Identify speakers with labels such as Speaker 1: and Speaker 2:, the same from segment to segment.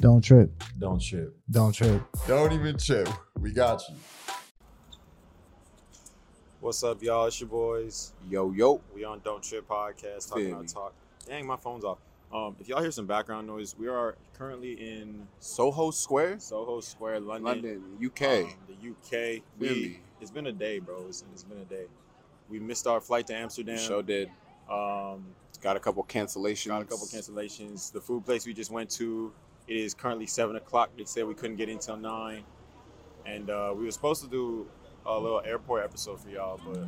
Speaker 1: Don't trip.
Speaker 2: Don't chip.
Speaker 1: Don't trip.
Speaker 3: Don't even chip. We got you.
Speaker 4: What's up, y'all? It's your boys.
Speaker 5: Yo, yo.
Speaker 4: We on Don't Trip podcast talking
Speaker 5: Feel
Speaker 4: about
Speaker 5: me.
Speaker 4: talk. Dang, my phone's off. Um, if y'all hear some background noise, we are currently in
Speaker 5: Soho Square,
Speaker 4: Soho Square, London,
Speaker 5: London, UK.
Speaker 4: um, the UK. We
Speaker 5: Feel me.
Speaker 4: it's been a day, bro. It's, it's been a day. We missed our flight to Amsterdam.
Speaker 5: Show did.
Speaker 4: Um,
Speaker 5: Got a couple cancellations.
Speaker 4: got a couple cancellations. The food place we just went to, it is currently seven o'clock. They said we couldn't get in till nine, and uh, we were supposed to do a little airport episode for y'all, but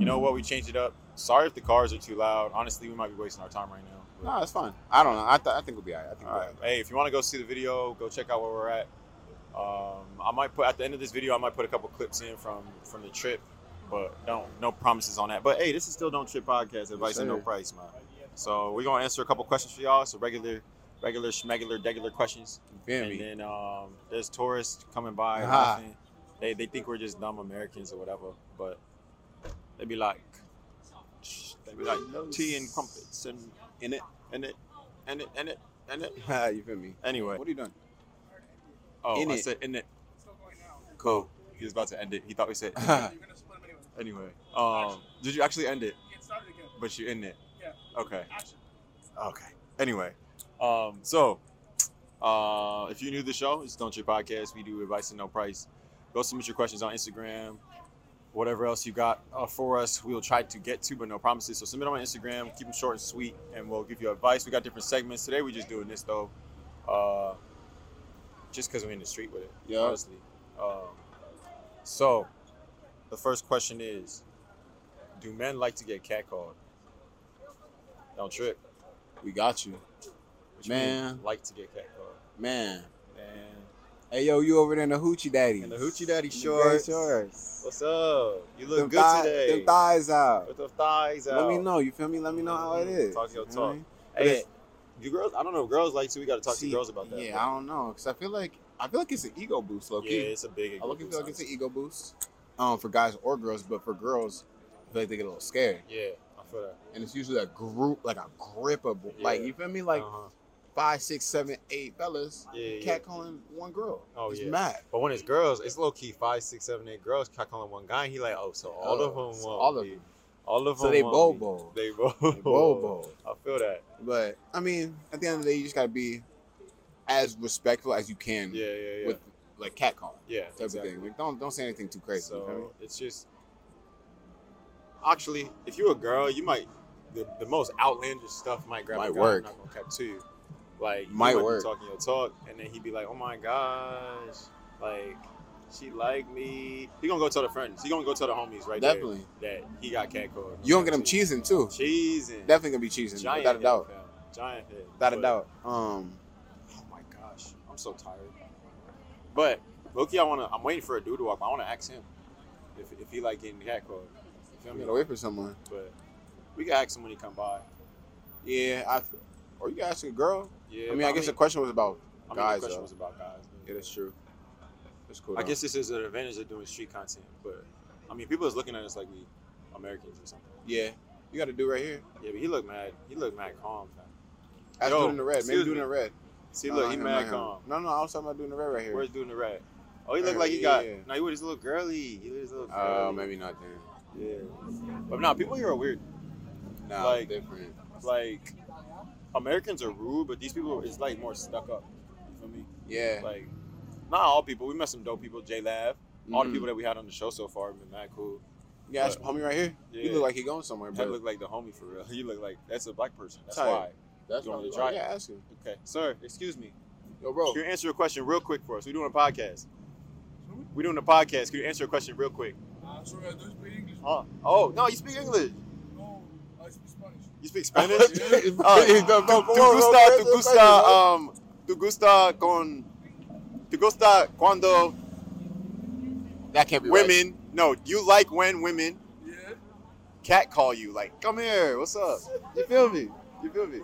Speaker 4: you know what? We changed it up. Sorry if the cars are too loud. Honestly, we might be wasting our time right now. but-
Speaker 5: No, it's fine. I don't know. I, th- I think we'll be all right. I think
Speaker 4: all right. Hey, if you want to go see the video, go check out where we're at. Um, I might put at the end of this video, I might put a couple clips in from from the trip, but don't no promises on that. But hey, this is still Don't Trip podcast, advice at no
Speaker 5: sir.
Speaker 4: price, man. So we're gonna answer a couple questions for y'all. So regular, regular, schmegular, degular questions,
Speaker 5: we'll be all right.
Speaker 4: and
Speaker 5: Feel me.
Speaker 4: then um, there's tourists coming by.
Speaker 5: Ah.
Speaker 4: laughing. They they think we're just dumb Americans or whatever, but they be like, they be like tea and crumpets and
Speaker 5: In it.
Speaker 4: and it and it and it and it.
Speaker 5: Ah, you feel me?
Speaker 4: Anyway,
Speaker 5: What are you doing?
Speaker 4: Oh,
Speaker 5: In
Speaker 4: I
Speaker 5: it.
Speaker 4: said in it.
Speaker 5: Cool.
Speaker 4: He was about to end it. He thought we said.
Speaker 5: All
Speaker 4: anyway, um, did you actually end it? But you in it. Yeah. Okay. Okay. Anyway, um, so uh, if you're new to the show, it's Don't Your Podcast. We do advice at no price. Go submit your questions on Instagram. Whatever else you got uh, for us, we'll try to get to, but no promises. So submit on Instagram. Keep them short and sweet, and we'll give you advice. We got different segments today. We're just doing this though, uh, just because we're in the street with it.
Speaker 5: Yeah.
Speaker 4: Honestly. Um, so, the first question is: Do men like to get catcalled? Don't trip.
Speaker 5: We got you.
Speaker 4: What you mean,
Speaker 5: Man.
Speaker 4: like to get catcalled.
Speaker 5: Man.
Speaker 4: Man,
Speaker 5: Hey, yo, you over there in the Hoochie Daddy.
Speaker 4: in the hoochie daddy
Speaker 5: shorts.
Speaker 4: shorts.
Speaker 5: shorts.
Speaker 4: What's up? You look
Speaker 5: Them
Speaker 4: good
Speaker 5: thigh-
Speaker 4: today.
Speaker 5: Them thighs out.
Speaker 4: With the thighs out.
Speaker 5: Let me know. You feel me? Let me know how it is.
Speaker 4: Talk your
Speaker 5: You
Speaker 4: talk.
Speaker 5: know
Speaker 4: Hey,
Speaker 5: But-
Speaker 4: you girls. I don't know. if Girls like to. We got to
Speaker 5: what I
Speaker 4: talk to
Speaker 5: mean? See,
Speaker 4: girls about that.
Speaker 5: Yeah,
Speaker 4: but-
Speaker 5: I don't know, cause I feel like I feel like it's an ego boost, low
Speaker 4: yeah,
Speaker 5: key.
Speaker 4: it's a big.
Speaker 5: I look and feel like it's an ego boost um, for guys or girls, but for girls, I feel like they get a little scared.
Speaker 4: Yeah, I feel that.
Speaker 5: And it's usually a group, like a grip of, like,
Speaker 4: Yeah.
Speaker 5: you feel me? Like
Speaker 4: Uh-huh.
Speaker 5: five, six, seven, eight fellas
Speaker 4: Yeah, yeah.
Speaker 5: catcalling one girl.
Speaker 4: Oh,
Speaker 5: it's
Speaker 4: yeah.
Speaker 5: mad.
Speaker 4: But when it's girls, it's low key five, six, seven, eight girls catcalling one guy, and he like, oh, so all of
Speaker 5: Oh,
Speaker 4: them,
Speaker 5: so
Speaker 4: want
Speaker 5: all of
Speaker 4: me.
Speaker 5: them.
Speaker 4: all of
Speaker 5: So
Speaker 4: them.
Speaker 5: they
Speaker 4: want me.
Speaker 5: bobo.
Speaker 4: They bobo.
Speaker 5: Bobo.
Speaker 4: I feel that.
Speaker 5: But, I mean, at the end of the day, you just got to be as respectful as you can
Speaker 4: Yeah, yeah, yeah.
Speaker 5: with, like, catcalling.
Speaker 4: yeah,
Speaker 5: Type of
Speaker 4: exactly.
Speaker 5: thing. Like, don't, don't say anything too crazy. you feel me?
Speaker 4: So it's just actually, if you're a girl, you might the, the most outlandish stuff might grab. a
Speaker 5: Might
Speaker 4: guy, I'm
Speaker 5: work.
Speaker 4: Not gonna cap to you. Like you
Speaker 5: Might
Speaker 4: be
Speaker 5: work.
Speaker 4: talking your talk, and then he'd be like, "Oh my gosh, like she like me." He gonna go tell the friends. He gonna go tell the homies right there
Speaker 5: Definitely.
Speaker 4: that he got catcalled.
Speaker 5: You don't get them cheesing, too.
Speaker 4: Cheesing.
Speaker 5: Definitely going to be cheesing,
Speaker 4: Giant
Speaker 5: without a
Speaker 4: head,
Speaker 5: doubt.
Speaker 4: fam. Giant head.
Speaker 5: Without a
Speaker 4: But-
Speaker 5: doubt. Um,
Speaker 4: Oh my gosh, I'm so tired. But Loki, I wanna. I'm waiting for a dude to walk. by. I wanna ask him if, if he like getting catcalled. You feel
Speaker 5: I'm
Speaker 4: me?
Speaker 5: going to wait for someone.
Speaker 4: But we can ask him when he come by.
Speaker 5: Yeah, I. Or you can ask a girl.
Speaker 4: Yeah.
Speaker 5: I mean, I guess the question was about
Speaker 4: I mean, the
Speaker 5: guys.
Speaker 4: question
Speaker 5: though.
Speaker 4: was about guys.
Speaker 5: yeah, that's true. That's cool.
Speaker 4: I
Speaker 5: though.
Speaker 4: guess this is an advantage of doing street content, but I mean, people is looking at us like we Americans or something.
Speaker 5: Yeah, you got to do right here.
Speaker 4: Yeah, but he looked mad. He looked mad calm. Fam.
Speaker 5: Ask
Speaker 4: Yo,
Speaker 5: dude in the red. Maybe
Speaker 4: excuse
Speaker 5: dude in
Speaker 4: me.
Speaker 5: the red.
Speaker 4: See,
Speaker 5: No,
Speaker 4: look,
Speaker 5: not
Speaker 4: he
Speaker 5: him, not
Speaker 4: mad
Speaker 5: him.
Speaker 4: calm.
Speaker 5: No, no, I was talking about doing the red right here.
Speaker 4: Where's doing the rat? Oh, he looked
Speaker 5: Right,
Speaker 4: like he got.
Speaker 5: Uh, yeah.
Speaker 4: No, he was a little girly. He was a little.
Speaker 5: Oh,
Speaker 4: girly.
Speaker 5: maybe not then.
Speaker 4: Yeah. But nah, people here are weird.
Speaker 5: Nah,
Speaker 4: Like-
Speaker 5: different.
Speaker 4: Like, Americans are rude, but these people is like more stuck up. You feel me?
Speaker 5: Yeah.
Speaker 4: Like, not all people. We met some dope people. J Lab. All the
Speaker 5: Mhm.
Speaker 4: people that we had on the show so far have been mad cool.
Speaker 5: You got your homie right here. You
Speaker 4: Yeah.
Speaker 5: look like he going somewhere,
Speaker 4: That
Speaker 5: but
Speaker 4: look like the homie for real. You look like that's a black person. That's
Speaker 5: Tight.
Speaker 4: why.
Speaker 5: that's
Speaker 4: you want me to
Speaker 5: probably why.
Speaker 4: try it?
Speaker 5: Yeah, ask him.
Speaker 4: Okay, sir. Excuse me.
Speaker 5: Yo, bro.
Speaker 4: Can you answer a question real quick for us? We're doing a podcast. We're doing a podcast. Can you answer a question real quick?
Speaker 6: Ah, sorry, I don't speak English.
Speaker 4: Huh? Oh no, you speak English.
Speaker 6: No, I speak Spanish.
Speaker 4: You speak Spanish.
Speaker 5: He's
Speaker 4: Uh,
Speaker 5: gonna go
Speaker 4: tu
Speaker 5: forward,
Speaker 4: gusta,
Speaker 5: bro.
Speaker 4: tu gusta, um, tu ¿Te gusta con? ¿Te gusta cuando
Speaker 5: That can't be right.
Speaker 4: women? No, you like when women
Speaker 2: Yeah.
Speaker 4: cat call you like, come here, what's up? You feel me? You feel me?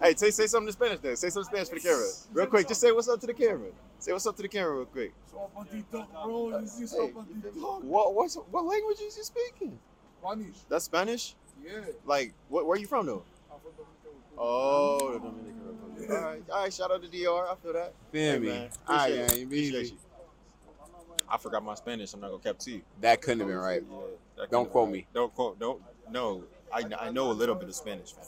Speaker 4: Hey, say say something in Spanish then. Say something in Spanish for the camera, real quick. Just say what's up to the camera. Say what's up to the camera real quick. Hey, what what's, what language is you speaking?
Speaker 2: Spanish.
Speaker 4: That's Spanish.
Speaker 2: Yeah.
Speaker 4: Like, what, where you from though?
Speaker 2: I'm from Dominican Republic.
Speaker 4: Oh, the Dominican Republic. All right, all right. Shout out to DR. I feel that.
Speaker 5: Feel me?
Speaker 4: man.
Speaker 5: All right,
Speaker 4: Appreciate
Speaker 5: man. You be
Speaker 4: Appreciate you. I forgot my Spanish. I'm not gonna cap to you.
Speaker 5: That couldn't have been right.
Speaker 4: That
Speaker 5: Don't
Speaker 4: kinda-
Speaker 5: quote me.
Speaker 4: Don't quote. Don't. No, I, I know a little bit of Spanish, man.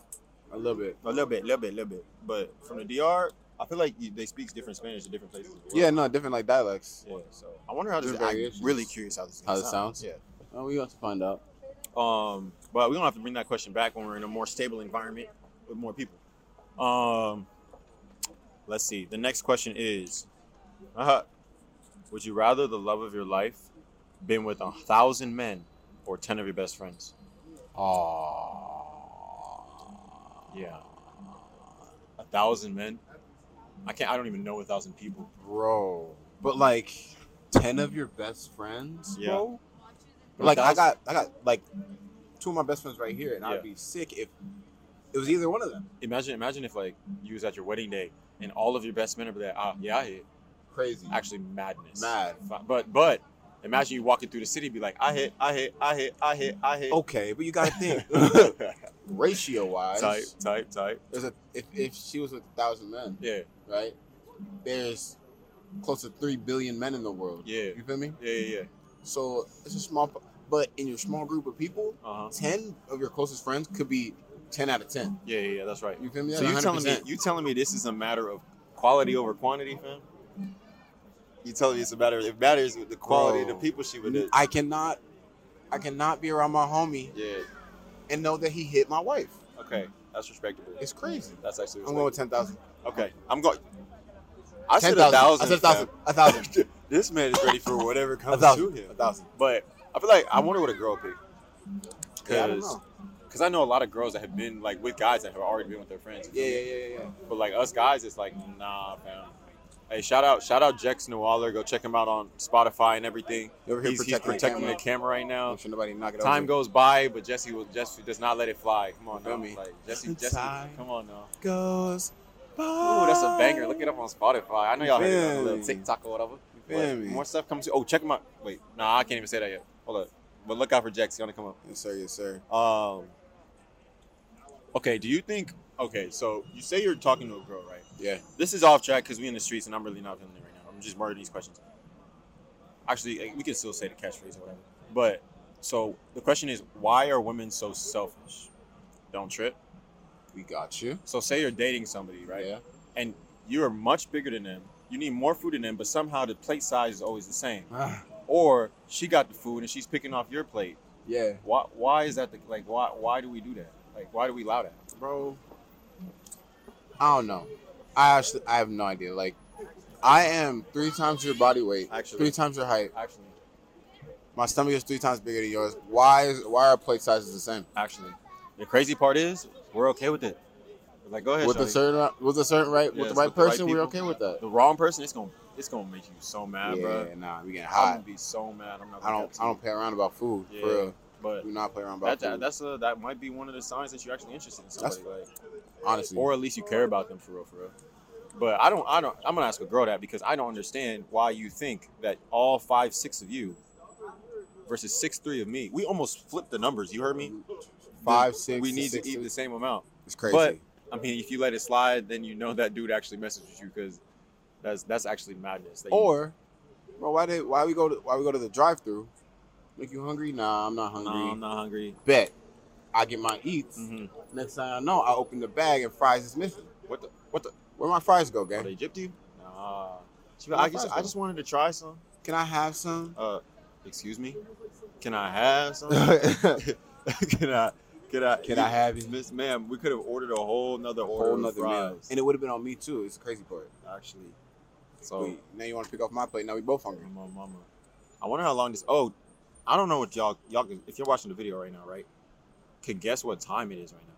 Speaker 5: A little bit.
Speaker 4: A little bit, little bit, little bit. But from the DR, I feel like you, they speak different Spanish in different places. as well.
Speaker 5: Yeah, no, different like dialects.
Speaker 4: Yeah. So I wonder how this.
Speaker 5: Different
Speaker 4: I'm
Speaker 5: variations.
Speaker 4: really curious how this. is gonna
Speaker 5: How this
Speaker 4: sound.
Speaker 5: sounds?
Speaker 4: Yeah.
Speaker 5: Oh, we got to find out.
Speaker 4: Um, but we don't have to bring that question back when we're in a more stable environment with more people. Um, let's see. The next question is uh, Would you rather the love of your life been with a thousand men or 10 of your best friends?
Speaker 5: Oh.
Speaker 4: Yeah. A thousand men? I can't, I don't even know a thousand people.
Speaker 5: bro. But like ten of your best friends,
Speaker 4: Yeah.
Speaker 5: bro. Like I
Speaker 4: That's-
Speaker 5: got, I got like two of my best friends right here, and
Speaker 4: Yeah.
Speaker 5: I'd be sick if it was either one of them.
Speaker 4: Imagine, imagine if like you was at your wedding day and all of your best men are like, ah, yeah, I hit.
Speaker 5: Crazy.
Speaker 4: actually madness.
Speaker 5: Mad.
Speaker 4: Fi- But but imagine you walking through the city, be like, I hit, I hit, I hit, I hit, I hit.
Speaker 5: okay, but you gotta think
Speaker 4: Oh.
Speaker 5: ratio wise.
Speaker 4: type, type, type.
Speaker 5: There's a if, if she was with a thousand men,
Speaker 4: Yeah,
Speaker 5: right? There's close to three billion men in the world.
Speaker 4: yeah,
Speaker 5: You feel me?
Speaker 4: yeah, yeah.
Speaker 5: So it's a small, p- but in your small group of people,
Speaker 4: Uh huh.
Speaker 5: ten of your closest friends could be ten out of ten.
Speaker 4: Yeah, yeah, yeah. That's right.
Speaker 5: You feel me?
Speaker 4: so
Speaker 5: That's
Speaker 4: you telling me
Speaker 5: 100%.
Speaker 4: you telling me this is a matter of quality over quantity, fam? You telling me it's a matter. It matters with the quality of the
Speaker 5: Bro.
Speaker 4: people she with it.
Speaker 5: I cannot, I cannot be around my homie
Speaker 4: Yeah.
Speaker 5: and know that he hit my wife.
Speaker 4: Okay, that's respectable.
Speaker 5: It's crazy.
Speaker 4: That's actually.
Speaker 5: I'm going with
Speaker 4: Respectable.
Speaker 5: ten thousand.
Speaker 4: okay, I'm going. I
Speaker 5: Ten
Speaker 4: said a thousand.
Speaker 5: I said a
Speaker 4: fam.
Speaker 5: thousand. A thousand.
Speaker 4: this man is ready for whatever
Speaker 5: A
Speaker 4: comes to
Speaker 5: thousand.
Speaker 4: him.
Speaker 5: A thousand.
Speaker 4: But I feel like I wonder what a girl pick.
Speaker 5: Yeah, I don't
Speaker 4: Because
Speaker 5: know.
Speaker 4: I know a lot of girls that have been like with guys that have already been with their friends.
Speaker 5: Yeah, yeah, yeah, yeah, yeah.
Speaker 4: But like us guys, it's like nah, fam. Hey, shout out, shout out Jex Nowaller. Go check him out on Spotify and everything.
Speaker 5: You over here
Speaker 4: He's, he's
Speaker 5: protecting the
Speaker 4: protecting the
Speaker 5: camera.
Speaker 4: camera right now.
Speaker 5: Don't sure nobody knock it
Speaker 4: Time
Speaker 5: over.
Speaker 4: goes by, but Jesse will Jesse does not let it fly. Come on,
Speaker 5: Feel
Speaker 4: now.
Speaker 5: me?
Speaker 4: Like Jesse, Jesse,
Speaker 5: Time.
Speaker 4: come on now.
Speaker 5: goes.
Speaker 4: Ooh, that's a banger. Look it up on Spotify. I know y'all heard it on a little
Speaker 5: Fam.
Speaker 4: TikTok or whatever.
Speaker 5: You
Speaker 4: But
Speaker 5: feel me?
Speaker 4: More stuff comes. Oh, check him out. Wait, nah, I can't even say that yet. Hold up. But look out for Jax. He's gonna come up.
Speaker 5: Yes, sir. Yes, sir.
Speaker 4: Um. Okay. Do you think? Okay. So you say you're talking to a girl, right?
Speaker 5: Yeah.
Speaker 4: This is off track because we in the streets and I'm really not feeling it right now. I'm just murdering these questions. Actually, eh, we can still say the catchphrase or whatever. But so the question is, why are women so selfish? Don't trip.
Speaker 5: We got you.
Speaker 4: So say you're dating somebody, right?
Speaker 5: Yeah.
Speaker 4: And you are much bigger than them. You need more food than them, but somehow the plate size is always the same.
Speaker 5: Ah.
Speaker 4: Or she got the food and she's picking off your plate.
Speaker 5: yeah.
Speaker 4: Why? Why is that? The, like, why? Why do we do that? Like, why do we allow that?
Speaker 5: bro. I don't know. I actually, I have no idea. Like, I am three times your body weight,
Speaker 4: Actually.
Speaker 5: three times your height.
Speaker 4: Actually,
Speaker 5: My stomach is three times bigger than yours. Why is why are plate sizes the same?
Speaker 4: actually, the crazy part is we're okay with it. We're like, go ahead.
Speaker 5: with a
Speaker 4: shawty.
Speaker 5: certain with a certain right with
Speaker 4: Yes,
Speaker 5: the right
Speaker 4: with the right
Speaker 5: person, we're okay
Speaker 4: people.
Speaker 5: with that.
Speaker 4: the wrong person, it's gonna it's gonna make you so mad,
Speaker 5: yeah,
Speaker 4: bro.
Speaker 5: nah, we getting
Speaker 4: I'm gonna
Speaker 5: hot.
Speaker 4: be so mad. I'm not.
Speaker 5: I
Speaker 4: Gonna
Speaker 5: don't
Speaker 4: cut to
Speaker 5: I
Speaker 4: you.
Speaker 5: don't play around about food
Speaker 4: Yeah.
Speaker 5: for real.
Speaker 4: But
Speaker 5: Do not play around about
Speaker 4: that, that
Speaker 5: food.
Speaker 4: that's a, that might be one of the signs that you're actually interested in somebody, like,
Speaker 5: honestly,
Speaker 4: or at least you care about them for real, for real. But I don't. I don't. I'm gonna ask a girl that because I don't understand why you think that all five six of you versus six three of me. We almost flipped the numbers. You heard me.
Speaker 5: five six.
Speaker 4: we need
Speaker 5: six,
Speaker 4: to eat the
Speaker 5: six.
Speaker 4: same amount.
Speaker 5: It's crazy.
Speaker 4: but- I mean, if you let it slide, then you know that dude actually messages you because that's that's actually madness. that you-
Speaker 5: Or, bro, why did why we go to why we go to the drive through? Make you hungry? Nah, I'm not hungry.
Speaker 4: no, I'm not hungry.
Speaker 5: bet I get my eats.
Speaker 4: Mhm.
Speaker 5: Next thing I know, I open the bag and fries is missing.
Speaker 4: What the what the?
Speaker 5: Where my fries go,
Speaker 4: Are
Speaker 5: gang?
Speaker 4: they gypped you? Nah. She be
Speaker 5: Where
Speaker 4: like, I
Speaker 5: my
Speaker 4: just
Speaker 5: fries
Speaker 4: I
Speaker 5: go?
Speaker 4: just wanted to try some.
Speaker 5: Can I have some?
Speaker 4: Uh, excuse me. Can I have some?
Speaker 5: Whole
Speaker 4: can I? Can I?
Speaker 5: Can I have it?
Speaker 4: Miss Ma'am, we could have ordered a whole nother order of
Speaker 5: nother
Speaker 4: fries.
Speaker 5: meal, and it would have been on me too. It's the crazy part.
Speaker 4: actually. So.
Speaker 5: Wait, now you want to pick off my plate? Now we both hungry.
Speaker 4: Mama, mama. I wonder how long this. Oh, I don't know what y'all y'all can- if you're watching the video right now, right? Can guess what time it is right now?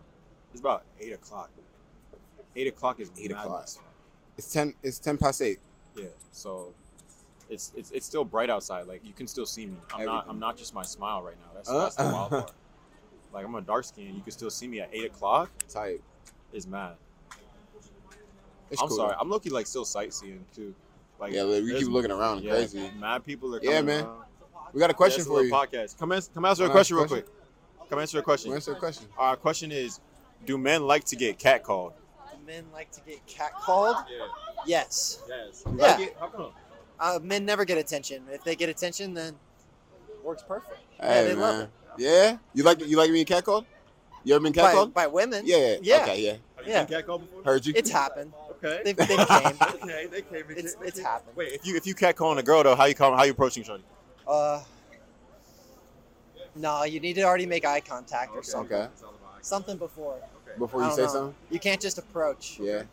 Speaker 4: It's about eight o'clock. Eight o'clock is
Speaker 5: Eight
Speaker 4: madness.
Speaker 5: It's ten. It's ten past eight.
Speaker 4: Yeah. So it's it's, it's still bright outside. Like you can still see me. I'm not
Speaker 5: Everything.
Speaker 4: I'm not just my smile right now. That's,
Speaker 5: Uh.
Speaker 4: that's the wild part. Like I'm a dark skin. You can still see me at eight o'clock.
Speaker 5: Tight.
Speaker 4: Is mad.
Speaker 5: It's
Speaker 4: I'm
Speaker 5: cool.
Speaker 4: sorry. I'm looking like still sightseeing too. Like
Speaker 5: yeah, like, we
Speaker 4: there's-
Speaker 5: keep looking around.
Speaker 4: yeah,
Speaker 5: Crazy.
Speaker 4: Mad people are.
Speaker 5: Yeah,
Speaker 4: coming
Speaker 5: man.
Speaker 4: around.
Speaker 5: We got a question
Speaker 4: Yes,
Speaker 5: for
Speaker 4: little
Speaker 5: you.
Speaker 4: Podcast. Come answer, come answer a
Speaker 5: Wanna
Speaker 4: question
Speaker 5: ask
Speaker 4: real
Speaker 5: a
Speaker 4: quick. Come answer a
Speaker 5: You
Speaker 4: question.
Speaker 5: answer a question.
Speaker 4: Our question is: Do men like to get catcalled?
Speaker 2: Do men like to get catcalled?
Speaker 4: Yeah.
Speaker 2: Yes.
Speaker 4: Yes.
Speaker 2: like
Speaker 4: How come?
Speaker 2: Uh, men never get attention. If they get attention, then it works perfect. yeah,
Speaker 5: Hey
Speaker 2: they love
Speaker 5: man.
Speaker 2: it.
Speaker 5: Yeah. You like you like being catcalled? You ever been
Speaker 2: By,
Speaker 5: catcalled?
Speaker 2: by women?
Speaker 5: Yeah.
Speaker 2: Yeah.
Speaker 5: Okay. Yeah.
Speaker 2: Yeah.
Speaker 4: catcalled before?
Speaker 5: Heard you.
Speaker 2: It's happened.
Speaker 4: Okay.
Speaker 2: They, they came.
Speaker 4: okay, they came.
Speaker 2: It's, it's happened.
Speaker 4: Wait, if you if you catcalling a girl though, how you come? How you approaching Shorty?
Speaker 2: Uh, no, you need to already make eye contact or something.
Speaker 5: Okay.
Speaker 2: Something before.
Speaker 5: Before
Speaker 2: I
Speaker 5: you
Speaker 2: don't
Speaker 5: say
Speaker 2: know.
Speaker 5: something.
Speaker 2: You can't just approach.
Speaker 5: Yeah.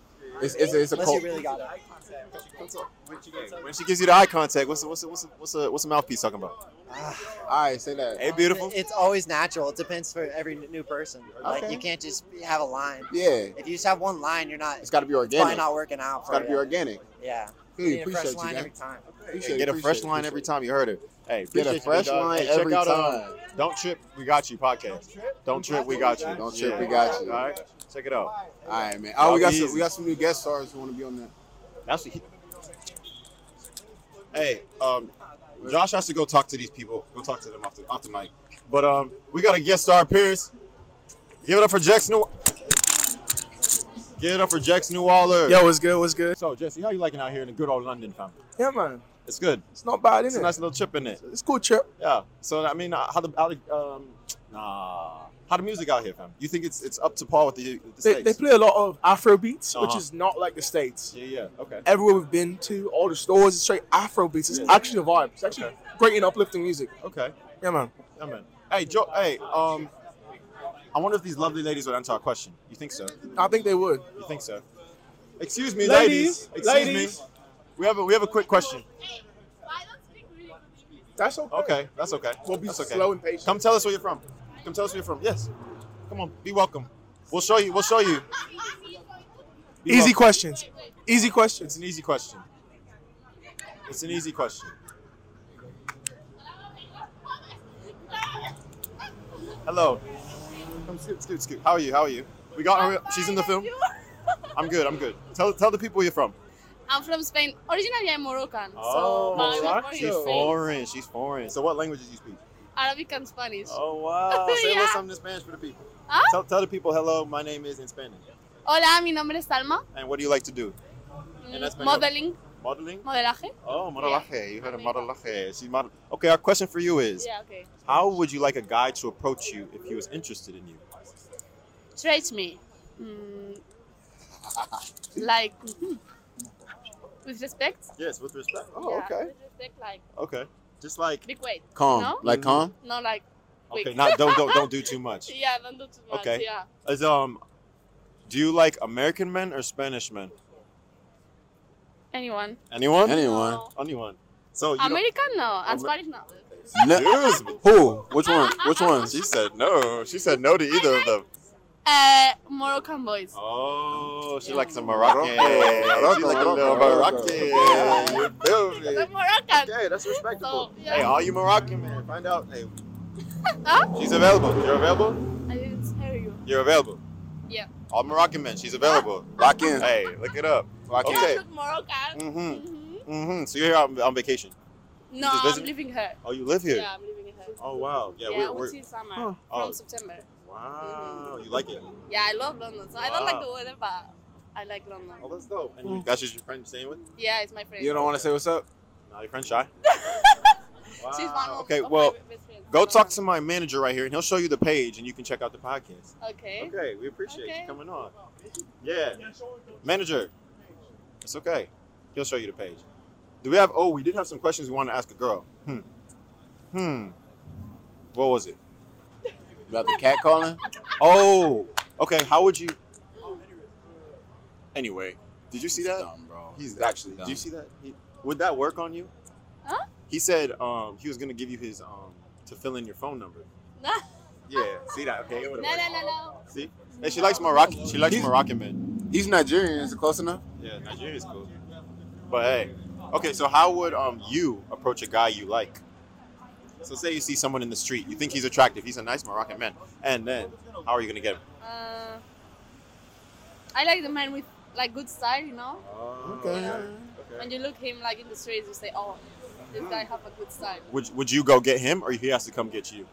Speaker 5: It's it's a, it's a
Speaker 2: unless
Speaker 5: cult.
Speaker 2: you really got it.
Speaker 4: When she gives you the eye contact, what's the, what's the, what's the, what's the, what's the mouthpiece talking about?
Speaker 2: Ah.
Speaker 5: All right. Say that.
Speaker 4: Hey, beautiful.
Speaker 2: It's always natural. It depends for every n- new person. Like
Speaker 5: Okay.
Speaker 2: you can't just have a line.
Speaker 5: Yeah.
Speaker 2: If you just have one line, you're not.
Speaker 5: It's
Speaker 2: It's
Speaker 5: got to be
Speaker 2: probably
Speaker 5: organic.
Speaker 2: not working out
Speaker 5: It's
Speaker 2: for
Speaker 5: got to be
Speaker 2: you.
Speaker 5: organic.
Speaker 2: Yeah.
Speaker 5: Hey,
Speaker 2: You need a
Speaker 5: appreciate
Speaker 2: fresh
Speaker 5: you,
Speaker 2: line
Speaker 5: man.
Speaker 2: every time.
Speaker 5: Appreciate
Speaker 4: Hey,
Speaker 5: it,
Speaker 4: get a
Speaker 5: appreciate
Speaker 4: fresh
Speaker 5: it,
Speaker 4: line
Speaker 5: appreciate
Speaker 4: every
Speaker 5: it.
Speaker 4: time you heard it. Hey,
Speaker 5: Get
Speaker 4: appreciate
Speaker 5: a
Speaker 4: you,
Speaker 5: fresh
Speaker 4: dog.
Speaker 5: line
Speaker 4: Hey, check
Speaker 5: every
Speaker 4: out, uh,
Speaker 5: time.
Speaker 4: Don't trip, we got you podcast. Don't trip, we got you.
Speaker 5: Don't trip, we got you.
Speaker 4: All right, check it out.
Speaker 5: All right, man. Oh, we got some,
Speaker 4: Easy.
Speaker 5: we got some new guest stars who want to be on that.
Speaker 4: That's what he- Hey, um, Josh has to go talk to these people. Go talk to them off the, off the mic. But um, we got a guest star appearance. Give it up for Jex New. Give it up for Jex Newaller.
Speaker 6: Yo, what's good? What's good?
Speaker 4: So Jesse, how you liking out here in the good old London family?
Speaker 6: Yeah, man.
Speaker 4: It's good.
Speaker 6: It's not bad,
Speaker 4: It's
Speaker 6: is
Speaker 4: a
Speaker 6: it?
Speaker 4: nice little chip in it.
Speaker 6: It's cool trip.
Speaker 4: Yeah. So I mean, uh, how the how the um, nah, how the music out here, fam? You think it's it's up to par with the, the
Speaker 6: They,
Speaker 4: states?
Speaker 6: they play a lot of Afro beats, which
Speaker 4: Uh-huh.
Speaker 6: is not like the States.
Speaker 4: yeah, yeah. Okay.
Speaker 6: Everywhere we've been to, all the stores, it's straight Afro beats. It's
Speaker 4: Yeah.
Speaker 6: actually a vibe. It's actually
Speaker 4: Okay.
Speaker 6: great and uplifting music.
Speaker 4: Okay.
Speaker 6: Yeah, man.
Speaker 4: Yeah, man. Hey, Joe. Hey, um, I wonder if these lovely ladies would answer our question. You think so?
Speaker 6: I think they would.
Speaker 4: You think so? Excuse me, ladies.
Speaker 6: Ladies,
Speaker 4: Excuse
Speaker 6: ladies.
Speaker 4: me. We have a we have a quick question.
Speaker 6: That's okay.
Speaker 4: Okay, that's okay.
Speaker 6: We'll be
Speaker 4: that's okay.
Speaker 6: slow and patient.
Speaker 4: Come tell us where you're from. Come tell us where you're from. Yes. Come on. Be welcome. We'll show you. We'll show you. Be
Speaker 6: Easy
Speaker 4: welcome.
Speaker 6: questions. Easy
Speaker 4: It's
Speaker 6: questions.
Speaker 4: an easy question. It's an easy question. Hello. Come scoot, scoot, scoot. How are you? How are you? We got her. She's in the film. I'm good. I'm good. Tell tell the people where you're from.
Speaker 7: I'm from Spain. Originally, I'm Moroccan.
Speaker 4: Oh,
Speaker 7: so, but I was born in
Speaker 4: she's
Speaker 7: Spain.
Speaker 4: foreign. She's foreign. So what languages do you speak?
Speaker 7: Arabic and Spanish.
Speaker 4: Oh wow. Say a
Speaker 7: Yeah.
Speaker 4: little something in Spanish for the people.
Speaker 7: Huh?
Speaker 4: Tell, tell the people hello. My name is in Spanish.
Speaker 7: Hola, mi nombre es Salma.
Speaker 4: And what do you like to do?
Speaker 7: Mm,
Speaker 4: En español.
Speaker 7: Modeling,
Speaker 4: Modeling.
Speaker 7: modelaje.
Speaker 4: Oh, modelaje. You heard of modelaje. She model. Okay. Our question for you is.
Speaker 7: Yeah, okay.
Speaker 4: How would you like a guy to approach you if he was interested in you?
Speaker 7: Treat me. Mm, like, mhm. with respect.
Speaker 4: Yes, with respect.
Speaker 7: Yeah, With respect, like,
Speaker 4: Okay. Just like
Speaker 7: big weight.
Speaker 5: Calm,
Speaker 7: No?
Speaker 5: like calm.
Speaker 7: No, like, quick.
Speaker 4: okay, not don't don't don't do too much.
Speaker 7: yeah, don't do too much.
Speaker 4: Okay.
Speaker 7: Yeah.
Speaker 4: As um, do you like American men or Spanish men?
Speaker 7: Anyone?
Speaker 4: Anyone?
Speaker 5: Anyone?
Speaker 7: No.
Speaker 4: Anyone. So you don't-
Speaker 7: American? No. And
Speaker 4: Amer-
Speaker 7: Spanish? No.
Speaker 4: Excuse me.
Speaker 5: Who? Which one? Which one?
Speaker 4: She said no. She said no to either of them.
Speaker 7: Uh, Moroccan boys.
Speaker 4: Oh, she
Speaker 7: Yeah.
Speaker 4: likes a Moroccan.
Speaker 5: Morocco,
Speaker 4: She
Speaker 5: Morocco,
Speaker 4: like a little
Speaker 5: Morocco.
Speaker 4: Moroccan.
Speaker 5: Yeah.
Speaker 4: You feel me?
Speaker 7: The Moroccan.
Speaker 4: Okay, that's respectable.
Speaker 7: So, yeah.
Speaker 4: Hey, all you Moroccan men, find out. Hey,
Speaker 7: Huh?
Speaker 4: she's available. You're available.
Speaker 7: I didn't hear you.
Speaker 4: You're available.
Speaker 7: Yeah.
Speaker 4: All Moroccan men, she's available.
Speaker 5: Lock in.
Speaker 4: hey, look it up.
Speaker 5: Lock in.
Speaker 4: Okay.
Speaker 7: Look Moroccan.
Speaker 4: Mm-hmm.
Speaker 7: Mhm.
Speaker 4: Mm-hmm. So you're here on, on vacation.
Speaker 7: No,
Speaker 4: Just
Speaker 7: I'm
Speaker 4: visiting?
Speaker 7: leaving her.
Speaker 4: Oh, you live here.
Speaker 7: Yeah, I'm leaving her.
Speaker 4: Oh wow. Yeah,
Speaker 7: Yeah,
Speaker 4: we're,
Speaker 7: which
Speaker 4: we're
Speaker 7: is summer
Speaker 6: Huh.
Speaker 4: Oh.
Speaker 7: from September.
Speaker 4: wow. You like it?
Speaker 7: Yeah, I love London. So I don't like
Speaker 4: Wow.
Speaker 7: the weather, but I like London.
Speaker 4: Oh, that's dope. And you,
Speaker 7: Mm.
Speaker 4: that's just your friend you're staying with?
Speaker 7: Yeah, it's my friend.
Speaker 5: You don't want to say what's up?
Speaker 4: Now your friend shy. wow.
Speaker 7: She's one of,
Speaker 4: okay.
Speaker 7: of
Speaker 4: well,
Speaker 7: my best friends.
Speaker 4: go talk to
Speaker 7: London.
Speaker 4: my manager right here, and he'll show you the page, and you can check out the podcast.
Speaker 7: Okay.
Speaker 4: Okay, we appreciate
Speaker 7: Okay.
Speaker 4: you coming on. Yeah. Manager, it's okay. He'll show you the page. Do we have, oh, we did have some questions we wanted to ask a girl. Hmm. Hmm. What was it?
Speaker 5: About the cat calling?
Speaker 4: Oh, okay. How would you? Anyway, did you see that?
Speaker 5: Dumb, bro.
Speaker 4: He's actually,
Speaker 5: dumb.
Speaker 4: did you see that? He, would that work on you?
Speaker 7: Huh?
Speaker 4: He said um, he was going to give you his, um, to fill in your phone number.
Speaker 7: No,
Speaker 4: Yeah, see that? Okay, it
Speaker 7: no,
Speaker 4: would've
Speaker 7: no,
Speaker 4: worked.
Speaker 7: no, no.
Speaker 4: See? Hey, she likes Moroccan. She likes Moroccan men.
Speaker 5: He's Nigerian. Is it close enough?
Speaker 4: Yeah, Nigeria is cool. But hey, okay, so how would um you approach a guy you like? So say you see someone in the street, you think he's attractive, he's a nice Moroccan man, and then how are you gonna get him?
Speaker 7: Uh, I like the man with like good style, you know.
Speaker 4: Oh, okay.
Speaker 7: When you look him like in the streets, you say, "Oh, this guy have a good style."
Speaker 4: Would Would you go get him, or he has to come get you?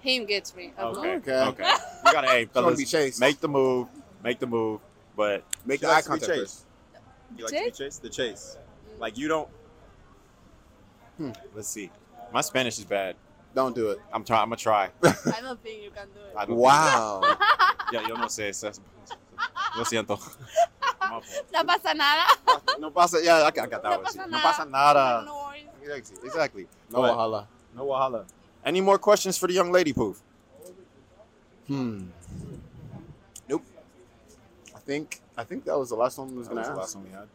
Speaker 7: Him gets me. of
Speaker 4: Okay.
Speaker 7: course.
Speaker 4: Okay. we gotta hey,
Speaker 5: Don't
Speaker 4: fellas,
Speaker 5: be chased.
Speaker 4: make the move, make the move, but
Speaker 5: Make
Speaker 4: She
Speaker 5: the eye
Speaker 4: likes to be
Speaker 5: contact
Speaker 4: chased.
Speaker 5: first.
Speaker 4: You like to be chased? The chase. Like you don't. Hmm, Let's see. My Spanish is bad.
Speaker 5: Don't do it.
Speaker 4: I'm trying. I'm gonna try.
Speaker 7: I don't think you can do it.
Speaker 4: I don't
Speaker 5: Wow.
Speaker 4: Think, yeah, yo no sé. eso es- Lo siento. My fault.
Speaker 7: No pasa nada.
Speaker 4: no pasa. Yeah, I got, I got that
Speaker 7: No
Speaker 4: one. sí.
Speaker 7: pasa
Speaker 4: No
Speaker 7: nada.
Speaker 4: pasa nada.
Speaker 7: No worries.
Speaker 4: Exactly. Exactly.
Speaker 5: no
Speaker 4: But-
Speaker 5: wahala.
Speaker 4: No wahala. Any more questions for the young lady, Poof?
Speaker 5: Hmm. Nope. I think I think that was the last one I was
Speaker 4: That
Speaker 5: gonna
Speaker 4: was the
Speaker 5: ask.
Speaker 4: last one we had.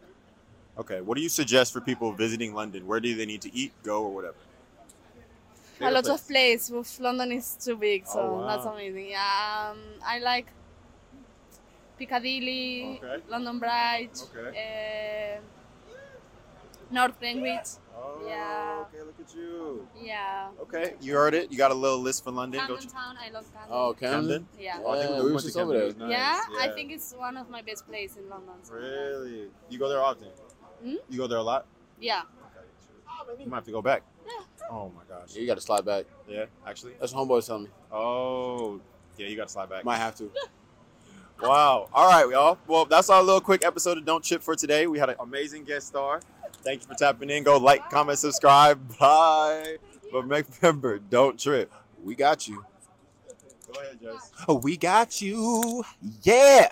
Speaker 4: Okay. What do you suggest for people visiting London? Where do they need to eat, go, or whatever?
Speaker 7: a
Speaker 4: Favorite
Speaker 7: lot
Speaker 4: place.
Speaker 7: of place. Oof, London is too big, so
Speaker 4: Oh, wow.
Speaker 7: that's amazing. Yeah, um, I like Piccadilly,
Speaker 4: Okay.
Speaker 7: London Bridge, eh, North Greenwich.
Speaker 4: Oh,
Speaker 7: Yeah.
Speaker 4: Okay. Look at you.
Speaker 7: Yeah,
Speaker 4: Okay. You heard it. You got a little list for London, don't
Speaker 7: Camden
Speaker 4: you?
Speaker 7: Town. I love Camden.
Speaker 5: Oh, Camden.
Speaker 4: Camden?
Speaker 7: Yeah.
Speaker 4: Oh, I think
Speaker 5: Yeah,
Speaker 4: we
Speaker 5: we were
Speaker 4: went to
Speaker 5: just
Speaker 4: Camden.
Speaker 5: over
Speaker 4: It was nice.
Speaker 7: yeah, I think it's one of my best plays in London. so-
Speaker 4: Really? You go there often?
Speaker 7: Hmm?
Speaker 4: You go there a lot?
Speaker 7: Yeah.
Speaker 4: You might have to go back.
Speaker 7: Yeah.
Speaker 4: Oh my gosh.
Speaker 5: You gotta slide back.
Speaker 4: Yeah, actually.
Speaker 5: That's what homeboys telling me.
Speaker 4: Oh, yeah, you got to slide back.
Speaker 5: Might have to.
Speaker 4: Wow. All right, y'all. Well, that's our little quick episode of Don't Chip for today. We had an amazing guest star. Thank you for tapping in. Go like, comment, subscribe. Bye. But make- remember, don't trip.
Speaker 5: We got you. Oh,
Speaker 4: Go ahead, Jess.
Speaker 5: We got you. Yeah.